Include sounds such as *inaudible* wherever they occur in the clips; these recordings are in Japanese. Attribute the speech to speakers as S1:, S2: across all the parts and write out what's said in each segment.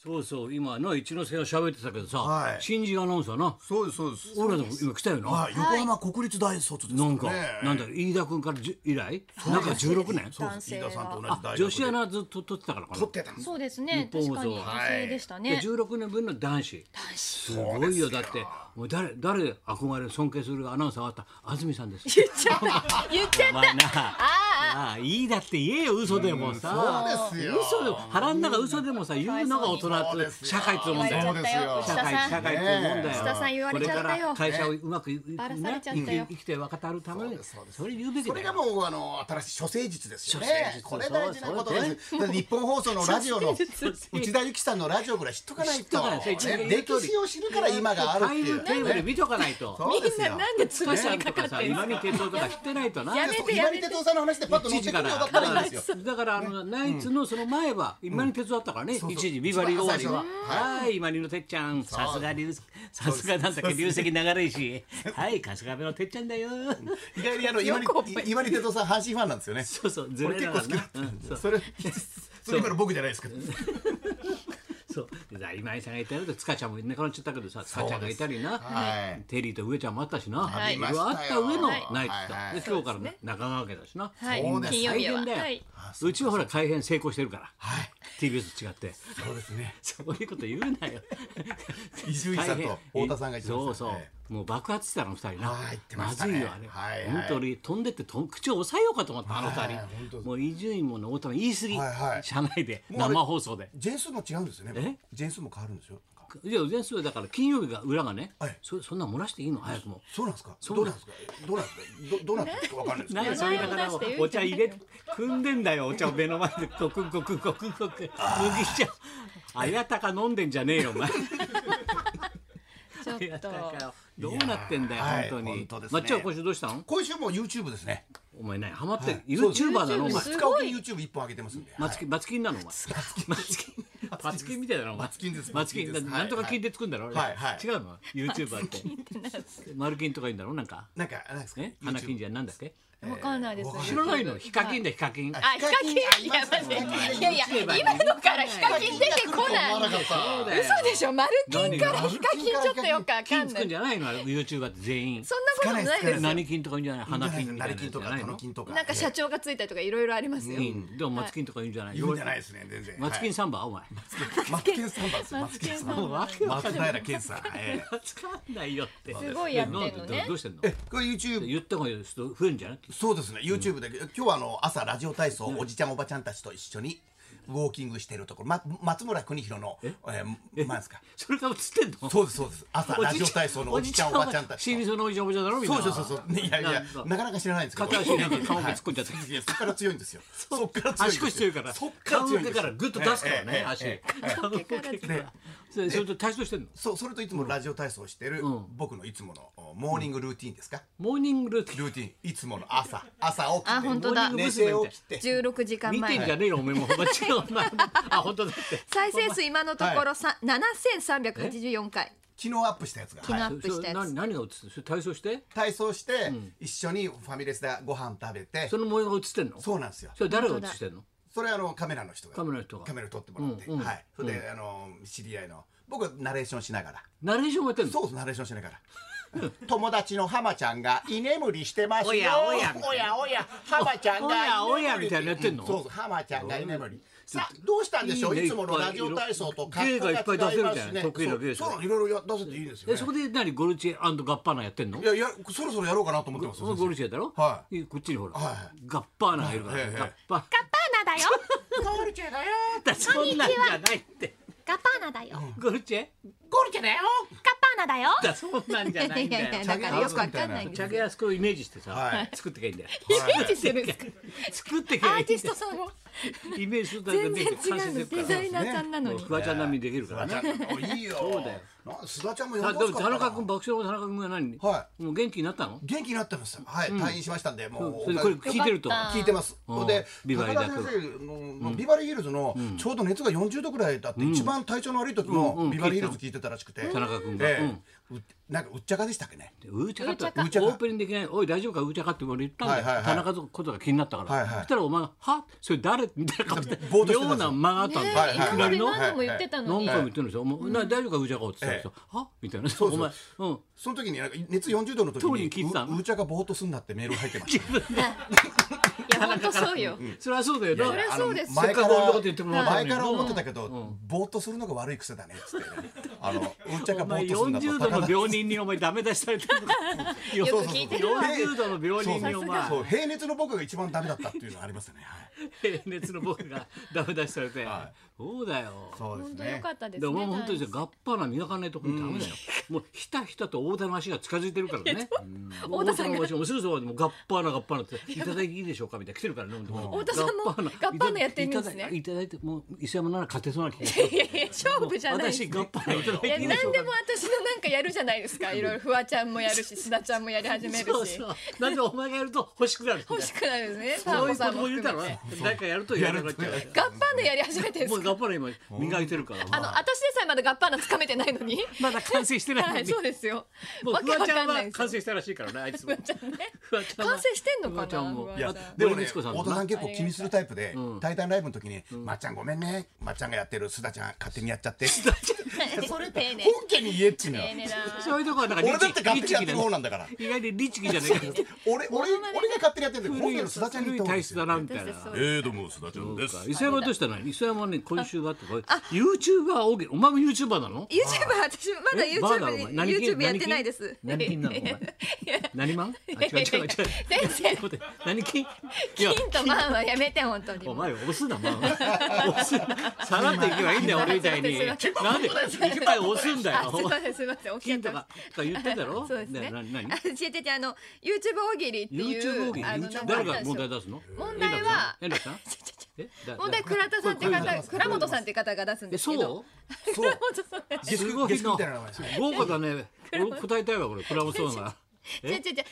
S1: そうそう、今な、一ノ瀬が喋ってたけどさ、
S2: はい
S1: 新人アナウンサーな。
S2: そうですそうです。
S1: 俺らでも今来たよな。
S2: はい、横浜国立大卒です
S1: な
S2: らね
S1: んか、なんだろう、飯田君からじゅ以来、なんか16年。
S2: そうです飯田さんと同じ大学で
S1: 女子アナずっと取ってたからかな。
S2: 撮ってたんです。
S3: そうですね。
S1: 日
S3: 確
S1: 本
S3: かに
S1: 放送
S3: 女性でしたね。
S1: で16年分の男子。
S3: 男子
S1: すごいよ、だって、もう誰、誰憧れ、尊敬するアナウンサーがあった、安住さんです。
S3: 言っちゃった。言っちゃっ
S1: お前な、ああ、いいだって言えよ、嘘でもさ。
S2: そうですよ
S1: 嘘でも、腹ん中嘘でもさ、言うのが大
S2: そう
S1: 人っ
S2: で
S1: て、
S2: すよ
S1: 社会って
S3: た。言
S1: も
S3: われ
S1: ん
S3: ち
S1: だ
S3: ゃ
S1: よ
S3: っ。たよ。
S2: そう
S3: 内田さ
S1: 社会社
S2: ですよ
S3: ん。
S1: 会ってもんだよ、
S2: ねえ
S3: 石田さん言われちゃったよ
S1: これから会社をうまくい、ね
S3: バラされちゃっ
S1: 生
S3: たよ
S1: き生きて分かってあるために
S2: そうですそうです
S1: それ言うべき
S2: そ
S1: だ
S2: れが
S1: よ
S2: もうあの新しい処世術ですよ
S1: 処世
S2: ね
S1: 術。
S2: これ大事なことです。だって日本放送のラジオの
S3: 処世術
S2: 内田有紀さんのラジオぐらい知っとかない
S1: 知っと
S2: と
S1: かないと一応
S2: ね歴史を知るから今があるって
S1: タイ
S2: い
S1: ム
S2: う
S1: テーブル
S2: ね。
S1: 見とかないと
S2: そうですよ。
S3: なんでつぶ
S1: 塚
S3: し
S1: さ
S3: に
S1: ん
S3: か
S1: と
S3: か
S1: か
S3: って
S1: さ
S3: るんです
S1: 今
S3: か
S1: に哲夫とか知ってないとな
S3: やめ
S2: そう今に哲夫さんの話でパッと乗っ
S1: 1
S2: てく
S1: 時
S2: る
S1: か
S2: よ
S1: ら
S2: うだったらいいんですよ。
S1: だからあのナイツのその前は今に哲夫だったからね
S2: そう
S1: 1時ビバリー終わりは
S2: 一番最初は
S1: はい今にのてっちゃんさすが流さすがなんだっけ流石長いしはい春日部のてっちゃんだよ
S2: 意外にあの今に今に哲夫さん阪神ファンなんですよね。
S1: そうそうず
S2: 俺
S1: れ
S2: 結
S1: なが
S2: 構好
S1: ら
S2: き
S1: な
S2: だったんですよ。それそれ今の僕じゃないですけど。
S1: そうだから今井さんがいたりと塚ちゃんもいなくなっちゃったけどさ塚ちゃんがいたりな、
S2: はい
S1: テリーと上ちゃんもあったしな、
S2: はい
S1: いろいろあった上のナイツだ、
S2: はい
S1: で今日からね中川家だしな、
S3: はい
S2: そうです
S3: 金曜
S1: 大
S3: 日は
S1: 変だよ、
S3: はいう
S1: ちはほら改編成功してるから、
S2: はい
S1: TBS と違って
S2: そうです *laughs* ね。
S1: そういうこと言うなよ
S2: 伊集院さんと太田さんが言ってましたね
S1: そうそうもう爆発してたの二人な、
S2: はい言ってましたね
S1: ずいよあれ、
S2: はいはい
S1: 本当に飛んでってとん口を押さえようかと思ったあの二人、
S2: はいはい本当
S1: もう伊集院もね太田も言い過ぎ、
S2: はいはい
S1: 社内で
S2: もうあれ
S1: 生放送で
S2: ジェンスも違うんですよね。ジェンスも変わるんですよ。なんか
S1: いや全数だから金曜日が裏がね、
S2: はい
S1: そそんな漏らしていいの早くも
S2: そうなんですか。
S1: そう
S2: どうなんですか。どうなんですか。どどうなんですか。わかんないですけ
S1: なんで
S2: ど
S1: そう言いながら
S3: 名前を出して言う
S1: お茶入れ組んでんだよお茶を目の前でコクンコクンコクンコクン麦茶あやたか飲んでんじゃねえよお前
S3: ちょっ
S1: あやたか
S3: と
S1: よどうなってんだよ
S2: いや
S1: 本
S2: ー
S1: 当
S2: はい
S1: に
S2: 本当です
S1: ま
S2: ね
S1: っちゃん今週どうしたの
S2: 今週も YouTube ですね。
S1: お前ねハマってる YouTuber だろお前
S3: YouTube
S2: 2日おきに YouTube 一本上げてますんで。
S1: マツキンマツキンなのお前マツキンマツキンみたいだなお前
S2: マツキンです
S1: マツキン
S2: マツキンです
S1: なんとか金でつくんだろ
S2: はいはい
S1: 違うの YouTuber ってマルキンとか言うんだろなんか
S2: なんかなんですか
S1: え。花金じ
S2: ゃ。
S1: ゃなんだっけ
S3: わかんないです
S1: 知らないのヒカキンだヒカキン
S3: あヒカキンいや待っていやいや今のからヒカキン出てこ
S2: 思わ
S3: ない
S2: なかった。
S1: 嘘
S3: 嘘でしょマルキンから
S1: 何
S3: ヒカキンちょっとよくわ
S1: 金
S3: かん
S1: つ
S3: な
S1: くん
S3: い
S1: じゃないのあれ YouTuber って全員
S3: そんなことないですよ
S1: 何金とか言うんじゃない花金みたいな
S2: 成
S1: やつ
S2: 金
S1: じ
S2: と
S1: ゃ
S2: か
S1: ない
S2: 金
S1: の
S2: 金とか。
S3: なんか社長がついたりとかいろいろありますよ
S1: 金でも松金とか言うんじゃない
S2: 言うんじゃないですね全然。
S1: 松金サンバお前
S2: はい。マツケンさんなんですよ。マツケンさん。
S1: もうわけわ
S2: 松
S1: かんない
S2: 平健さん。ええ
S1: つかんないよって
S3: すごいやってんのね
S1: なんでどうしてんの
S2: えこれ YouTube
S1: 言った方がいいですちょっと増えるんじゃない
S2: そうですね YouTube で、今日はあの朝ラジオ体操、おじちゃんおばちゃんたちと一緒にウォーキングしているところ、ま、松村邦弘のええまあですか
S1: それから映ってんの
S2: そうですそうです朝ラジオ体操の *laughs* おじちゃんおばちゃんたち
S1: シービスのおじちゃんおばちゃんだろみん
S2: そ
S1: な
S2: うそうそうそう、ね、いやいやなかなか知らないんですけど
S1: 片足なんか顔が突っ込んじゃって
S2: いやそっから強いんですよそっから強いん
S1: 足
S2: ですよ
S1: 腰強いから
S2: そっから
S1: 顔
S2: 強いんで
S1: 受け
S2: すよ
S1: からグッと出すから
S2: えええ
S1: ね
S2: え
S1: 足
S2: ええ
S3: *laughs*
S1: 顔受けからそれそれと対象してんの
S2: そうそれといつもラジオ体操してる、僕のいつものおモーニングルーティンですか、
S1: モーニングルーティン
S2: ルーティンいつもの朝朝起きて
S3: あ本当だ
S1: モーニング娘
S2: 寝て
S1: みたい
S2: 起きて
S3: 16時間
S1: 見て
S3: 前
S1: んじゃねえよお前も間違う
S2: *laughs*
S1: なあ本当だって
S3: 再生数今のところさ7384回
S2: 昨日アップしたやつが
S3: 昨日
S2: はい
S3: アップしたや
S1: それ
S3: つ
S1: 何何が映ってるそれ体操して
S2: 体操して、一緒にファミレスでご飯食べて
S1: その模様が映ってんの
S2: そうなんですよ
S1: それ誰が映してんの
S2: それはあのカメラの人が
S1: カメラの人が
S2: カメラ撮ってもらって、
S1: うんうん
S2: はいそれで、あの知り合いの僕はナレーションしながら
S1: ナレーションもやってんの
S2: そうナレーションしながら *laughs* 友達のハマちゃんが居眠りしてますよ
S1: おやおや
S2: おやおやハマちゃんが
S1: おやお
S2: 居眠
S1: やみ
S2: り
S1: たいなのやってんの
S2: うそうそうハマちゃんが居眠りさあどうしたんでしょうい,、
S1: いいね
S2: つものラジオ体操と
S1: いっぱい
S2: 格好違ま
S1: 芸がいっぱい出せる
S2: すし
S1: じゃない得意な芸でしょ
S2: そうそういろいろや出せていいですよ、
S1: え
S2: ね
S1: そ、こで何ゴルチェガッパーナやってんの
S2: いやいやそろそろやろうかなと思ってます
S1: そのゴルチェだろ
S2: はい
S1: こっちにほら
S2: は
S1: ガッパーナがいるから
S2: はいはいは
S1: ガ
S2: い
S1: ッパー
S3: ガパーナだよ
S2: ゴルチェだよ
S1: ナそんなんじゃないって
S3: ガパーナだよ
S1: ゴルチェ
S2: ゴルチェだよ
S3: ガパーナだよ
S1: だそんなんじゃないん
S3: いやい
S1: だ
S3: や
S1: よ
S3: だからよくわかんないんです
S1: チ
S3: よ
S1: ャゲアスクをイメージして
S2: は
S1: さ
S2: い
S1: 作ってけばいいんだよ
S3: イメージしてるんですか
S1: 作ってけば
S3: ア
S1: い
S3: ー
S1: いん
S3: ティ
S1: だ
S3: スト
S1: よ
S3: さんを
S1: イメージするだけ
S3: 全
S1: で
S3: 然違う
S1: 完成
S3: のデ
S1: できるか
S3: ザ
S1: ら
S3: イナーさんなのに
S1: フワちゃん並みにできるからね
S2: いいよそうだよすがちゃんも呼ん
S1: あ
S2: で
S1: で
S2: ほし
S1: も
S2: か
S1: 田
S2: った
S1: 中
S2: な
S1: 君爆笑の田中君が何、
S2: は
S1: もう元気になったの
S2: 元気になってますはい、退院しましたんでもう
S1: それでこれ聞いてると
S3: よかっ
S2: 聞いてます。
S1: うん
S2: で、
S1: ビバ
S2: 高
S1: リー
S2: 田
S1: だ
S2: 先
S1: と
S2: 生の、ビバリーヒルズの、ちょうど熱が40度くらいだって、一番体調の悪い時の、
S1: うんうん
S2: ビバリーヒルズ聞いてたらしくて。
S1: 田中君が
S2: ええうなんかうっちゃかでしたっけね。
S1: うーちゃかと
S3: うーちゃか
S1: オープニングできない「おい大丈夫かうーちゃか」って俺言ったんだよ、
S2: はいはいはい
S1: 田中のことが気になったから、
S2: はいはい
S1: そしたらお前が「はそれ誰れみたいな顔して
S2: *laughs* ぼーっとしてたんですよ
S1: 妙な間があったん
S3: ねえ
S1: です
S2: はい
S3: 今
S2: はい
S1: き
S3: ま
S1: な
S3: で
S1: りの
S3: 何度も言ってたの
S1: 何
S3: に。
S1: 回も言ってるんですよ「もうな大丈夫かうちゃか」って言ったんですよ「はみたいな「
S2: そう
S1: お前うん
S2: その時になんか熱40度の時
S1: 当
S2: に
S1: 人聞いてたの
S2: ううーちゃがぼーっとすんなってメールが入ってま
S1: *laughs*
S2: した
S3: いや本当そうよ。
S1: それはそうだよな
S3: そりゃそうですよ
S1: せっかく俺のこと言ってもらったの
S2: 前
S1: に
S2: から思ってたけど、ぼーっとするのが悪い癖だねっつってねあのうーちゃが
S1: お
S2: ぼー
S1: 前
S2: っとすんなと
S1: 40度の病人にお前ダメ出しされてるのか
S2: *laughs*
S1: よ
S3: く聞いてるわ
S1: 40度の病
S2: そう
S1: 人
S2: そ
S1: に
S2: うそ
S1: お
S2: う
S1: 前
S2: そう平熱の僕が一番ダメだったっていうのはありますよね、はい、
S1: 平 *laughs* 熱の僕がダメ出しされて
S2: は
S1: そうだよ
S2: そうです
S3: 本当良
S2: ね
S3: かったです
S1: で
S3: ね。
S1: お前も本当にさガッパーな磨かないとこにダメだよ、もうひたひたと太田の足が近づいてるからね
S3: 太田さんが
S1: の足がもうすぐそばにもうガッパーなガッパーなって「いただいていいでしょうか」みたいな来てるからね
S3: 太田さんもガッパーナやってるんですね
S1: いただいいただいてもう磯山なら勝てそうな気がする
S3: *laughs* いやいや勝負じゃないです
S1: 私ガッパーナいただい
S3: い
S1: て
S3: や
S1: いい
S3: 何
S1: でしょう
S3: で
S1: か
S3: も私のなんかやるじゃないですかいろいろフワちゃんもやるし須田ちゃんもやり始めるし
S1: そうそうなんでお前がやると欲しくなるんだよ
S3: 欲しくなるんですねサー
S1: そうい
S3: モ
S1: う
S3: さ
S1: こ
S3: ん
S1: と
S3: も
S1: も言うた
S3: 含めて
S1: らね誰かやるとやらなくなっちゃう
S3: ガッパーナやり始めてるんで
S1: もう
S3: すか
S1: ガッパーナ今磨いてるから
S3: あの私でさえまだガッパーナ掴めてないのに
S1: まだ完成してない
S3: は
S1: の
S3: い
S1: に
S3: そうですよ
S1: もう
S3: わけ
S1: フワ
S3: わ
S1: ちゃ
S3: か
S1: ん
S3: んないで
S1: は
S3: す
S1: 完
S3: *laughs*
S1: 成したらしいからねあいつも
S3: 完
S1: フワちゃんは
S3: 成してんの
S1: フワちゃ
S3: かなん
S1: も
S3: フ
S1: いや
S3: ワちゃん
S2: でもね、
S1: 森光
S2: 太
S1: 子さんもな
S2: 田さん結構気にするタイプで、対談ライブの時に、まっちゃんごめんね、まっちゃんがやってる、須田ちゃん勝手にやっちゃって。本
S4: *laughs*
S3: それ丁寧
S2: 家に言えっちゅうのよ
S3: 丁。寧だ
S1: そういうとこはなんか
S2: 俺だって勝手に
S1: 律
S2: やっ
S1: 儀
S2: て
S1: だね
S2: る方なんだから。
S1: 意外に律儀じゃないか
S2: 俺、俺、俺が勝手にやってるんだけど、本家の須田ちゃんに
S1: 古い
S2: 言った方がい
S1: 体
S2: いです
S1: 質
S2: よ
S1: だなみたい
S3: 私
S1: な
S3: ですそうです
S2: えー、どうも、須田ちゃ
S1: *laughs*
S2: んです。
S1: 磯山どうしたの磯山はね今週はってこれ YouTuber 多いお前も YouTuber なの
S4: YouTube 私まだ
S1: えバーだお前
S4: YouTube
S1: 何系
S4: YouTube やってないです
S1: 何金 *laughs* なのお前何マンあ違う違う違う
S3: 先生
S1: 待って何金いや
S3: 金とマンはやめて本当に
S1: お前押すなマン押すさらっていけばいいんだよ俺みたいになんでいっぱい押すんだ
S3: あ
S1: よ
S3: すいませんすいません起きちゃ
S1: 金
S3: っ
S1: と
S3: た
S1: かとか言ってたろ
S3: そうですね
S1: ね何何
S4: あ違う違う違うあの YouTube 大喜利ってい
S1: YouTube
S4: う
S1: 大喜利
S4: あの
S1: YouTube
S4: な
S1: 誰
S4: んかあ
S1: が
S4: ったん
S1: 問
S4: で
S1: 題
S4: す *laughs* よ
S1: 出すの
S3: 問題は
S1: 円楽さん円楽さんえだ
S4: 問題
S1: だ
S4: 倉田さんって
S1: これこれ
S4: 方倉本さんって方が出すん
S1: え
S4: ですけ
S1: そ
S4: ど
S1: う
S2: そう。
S1: すごい
S2: ゲスみ
S1: の
S2: たいな名前ですね
S1: 豪華だね俺答えたいわこれ倉本そうな
S4: 違う違う違うそれで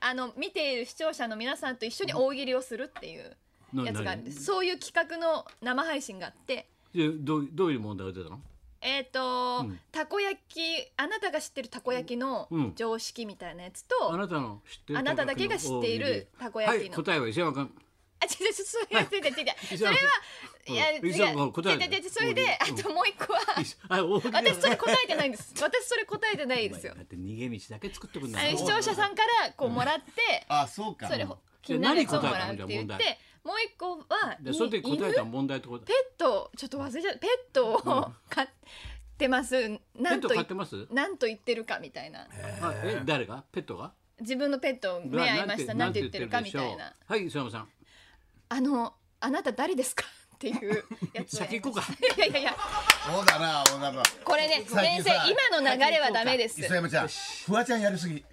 S4: あの見ている視聴者の皆さんと一緒に大喜利をするっていう
S1: な
S4: やつがある
S1: 何
S4: んですそういう企画の生配信があって
S1: でどうどういう問題が出たの
S4: えっ、と、たこ焼きあなたが知ってるたこ焼きの
S1: うん
S4: 常識みたいなやつと、
S1: あなたの知ってる
S4: あなただけが知っているたこ焼きの
S1: はい答えは石山君
S4: あ、違う違う、それ、違う違う違う、
S1: い
S4: それは、
S1: うん
S4: いや、違う、
S1: いざもう答えろ
S4: 違う違う違うそれで、あともう一個は。
S1: あ大喜利だね
S4: 私、それ答えてないんです。私、それ答えてないで
S1: *laughs*
S4: すよ
S1: だ。って逃げ道だけ作ってくんだ
S4: あの視聴者さんから、こうもらって、
S2: あ、そうか
S4: それ、気になるやつをもらうっ
S1: 何答
S4: て言っ
S1: えたのじ
S4: て。もう一個は、
S1: でそれで
S4: に
S1: 答え
S4: 犬
S1: た問題ってこと
S4: ペット、ちょっと忘れちゃった、ペットを飼ってます。
S1: ペ
S4: な
S1: ッ
S4: ん
S1: ト飼
S4: と言
S1: ってます
S4: なんと言ってるかみたいな。
S1: あえ誰がペットが
S4: 自分のペット、目合いました、なんて言ってるかみたいな。
S1: はい磯山さん
S4: あの、あなた誰ですかっていうやつをや
S1: 先
S4: り
S1: 行こ
S4: ま
S1: うか
S4: した。いやいやいや。
S2: そうだな、そうだな。
S4: これね、
S2: 最近
S4: 先生
S2: さ、
S4: 今の流れはダメです。じゃ
S2: 磯山ちゃん、フワちゃんやりすぎ。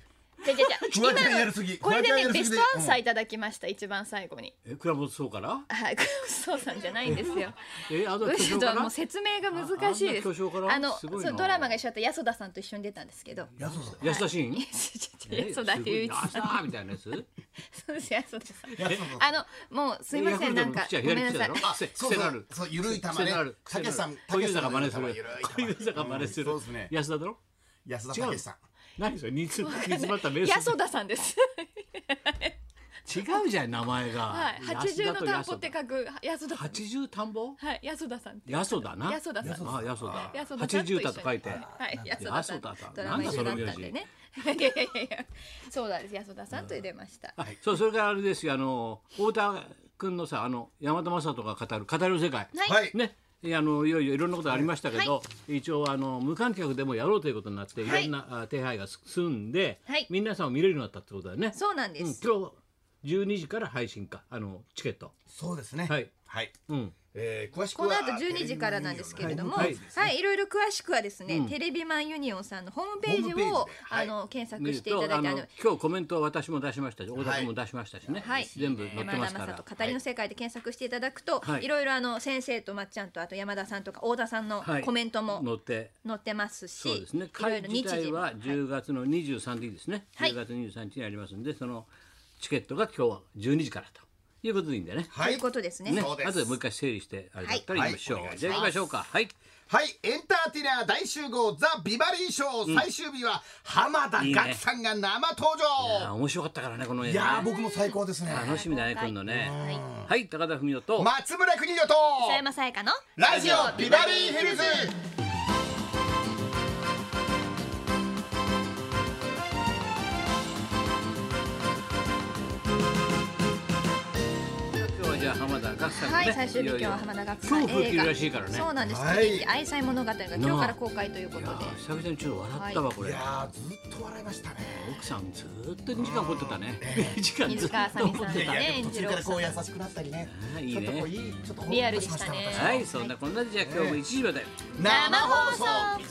S4: じゃじゃ、
S2: フワちゃん
S4: 今
S2: やりすぎ
S4: のこれ
S2: フワちゃん
S4: で
S2: や
S4: ね、
S2: り
S4: ベ
S2: すぎで
S4: ストアンサーいただきました、一番最後に。
S1: え倉本そうから
S4: はい、そうさんじゃないんですよ。
S1: えあの
S4: う
S1: 巨
S4: *laughs* ちょ
S1: 匠か
S4: っとも
S1: ら
S4: う説明が難しいです。
S1: ああんな巨匠から
S4: あの、
S1: すごいな
S4: そうドラマが一緒だった安田さんと一緒に出たんですけど。
S1: 安田信え
S4: *laughs* 安田
S1: すご
S4: 雄
S1: い
S4: 一
S1: な
S4: さん。
S1: あーみたいなやつ
S4: そうです安田さん。あの、もうすいません、なんか、ご
S1: えヤク
S4: め
S1: ル
S4: ん
S1: トの
S4: な
S1: ピッチャー左利きだろ。癖
S2: あ、
S4: さい
S2: そう
S1: 癖の
S2: そ
S1: あ
S2: う
S1: る、
S2: そう、ゆるい球
S1: 癖
S2: ね
S1: のある。
S2: たけしさん、
S1: 小
S2: け
S1: 遊
S2: し
S1: 三が真
S2: のゆ
S1: 似
S2: るい
S1: する小
S2: 球ゆる
S1: 遊
S2: い球
S1: 三が真似する
S2: そうですね。
S1: 安田だろ
S2: 安田武さん。
S1: 何それ煮詰煮詰まった名詞
S4: 安田さん *laughs* です。
S1: 違うじゃん名前が
S4: はい、八十の田んぼって
S1: か
S4: 書く安田さんです。
S1: 八十田んぼ
S4: はい、安田さんって。
S1: やそだな
S4: やそださん
S1: あやそだ
S4: 安田さ
S1: 八
S4: んと一緒
S1: 十
S4: に
S1: 田と書いて
S4: はい、安田さん。
S1: 安田さん
S4: ドラマ一緒だった
S1: なん
S4: ん
S1: だその
S4: でね。 *laughs* いやいやいやいや、そうなんです。安田さんと入れました。
S1: はいそうそれからあれですよあの太田君のさあの山田雅人が語る語る世界
S4: はい
S2: はい。
S1: ね、いやあのいよいよいろんなことありましたけど、一応あの無観客でもやろうということになって、
S4: は
S1: い、
S4: い
S1: ろんなあ手配が進んで、
S4: はい
S1: 皆さんを見れるようになったってことだよね。
S4: そうなんで
S1: うん
S4: す。
S1: 今日12時から配信かあのチケット。
S2: そうですね。
S1: はい。
S2: はい。
S1: うん。
S2: えー詳しく
S4: こ
S2: は
S4: の後12時からなんですけれども、
S1: は
S4: はいい、いろいろ詳しくはですね、テレビマンユニオンさんのホームページ
S2: ホームページで
S4: を
S2: は
S4: あ
S2: い
S4: の検索
S1: で
S4: していただいて、あ
S1: あ
S4: の
S1: の今日コメントは私も出しましたし、大田君も出しましたしね、
S4: はい、
S1: 全部載って
S4: 山
S1: ま
S4: 田
S1: すか
S4: 雅
S1: ら
S4: 人。語りの世界で検索していただくと、
S1: はい
S4: い、ろいろあの先生とまっちゃんとあと山田さんとか大田さんの
S1: はい
S4: コメントも
S1: 載って。
S4: 載ってますし、
S1: そうですね。
S4: いろい
S1: 会
S4: ろ
S1: 自
S4: 日時
S1: 体
S4: も
S1: は10月の23日ですね。
S4: はい
S1: 10月23日にありますんで、そのチケットが今日は12時からということでいいんだよね。
S4: と。
S2: はいいう
S4: ことですね。
S1: ね、
S2: そうです
S1: あとでもう一回整理してあれだったら
S4: は
S1: 言
S4: い
S1: いましょう、
S2: はい
S1: じゃあ行きましょうかはい、
S2: はいエンターテイナー大集合ザ・ビバリーショー最終日は浜田岳さんが生登
S1: あー
S2: 場
S1: 面白かったからねこの映
S2: いや
S1: 画
S2: ー
S1: ね
S2: 僕も最高ですね
S1: 楽しみだね今度ね
S3: はい
S1: はい高田文夫と
S2: 松村邦洋と
S3: 磯山さやかの
S2: ラジオビバリーヒルズ
S1: 今日はじゃあ浜田岳さんが
S4: は
S1: ね
S4: い、最終日今日は浜田学さん
S1: 恐怖を受けるらしいからね
S4: そうなんです。
S2: はい
S4: 喜劇愛妻物語が今日から公開ということ
S1: い
S4: で
S1: や。ー久々にちょっと笑ったわこ
S2: い
S1: れ
S2: やーずっと笑いましたね
S1: 奥さんずーっと2時間怒ってたね2時間ず
S4: 水
S1: っと
S4: 川あさみ
S1: 怒
S4: さ
S1: っ
S4: ん
S1: て
S4: が
S1: た
S4: ね、演
S2: 途
S4: じ
S2: 中
S4: る
S2: からこう
S4: 奥
S2: 優
S4: さん。
S2: しくなったりね
S1: あーいい
S2: ちょ
S1: ね
S2: っとこういいちょっとほっ
S4: リアル
S2: と
S4: で
S2: し
S4: し
S2: ましたた
S4: ね
S2: 私
S1: はいそんなこんなでじゃあ今日も1時まで
S2: 生放送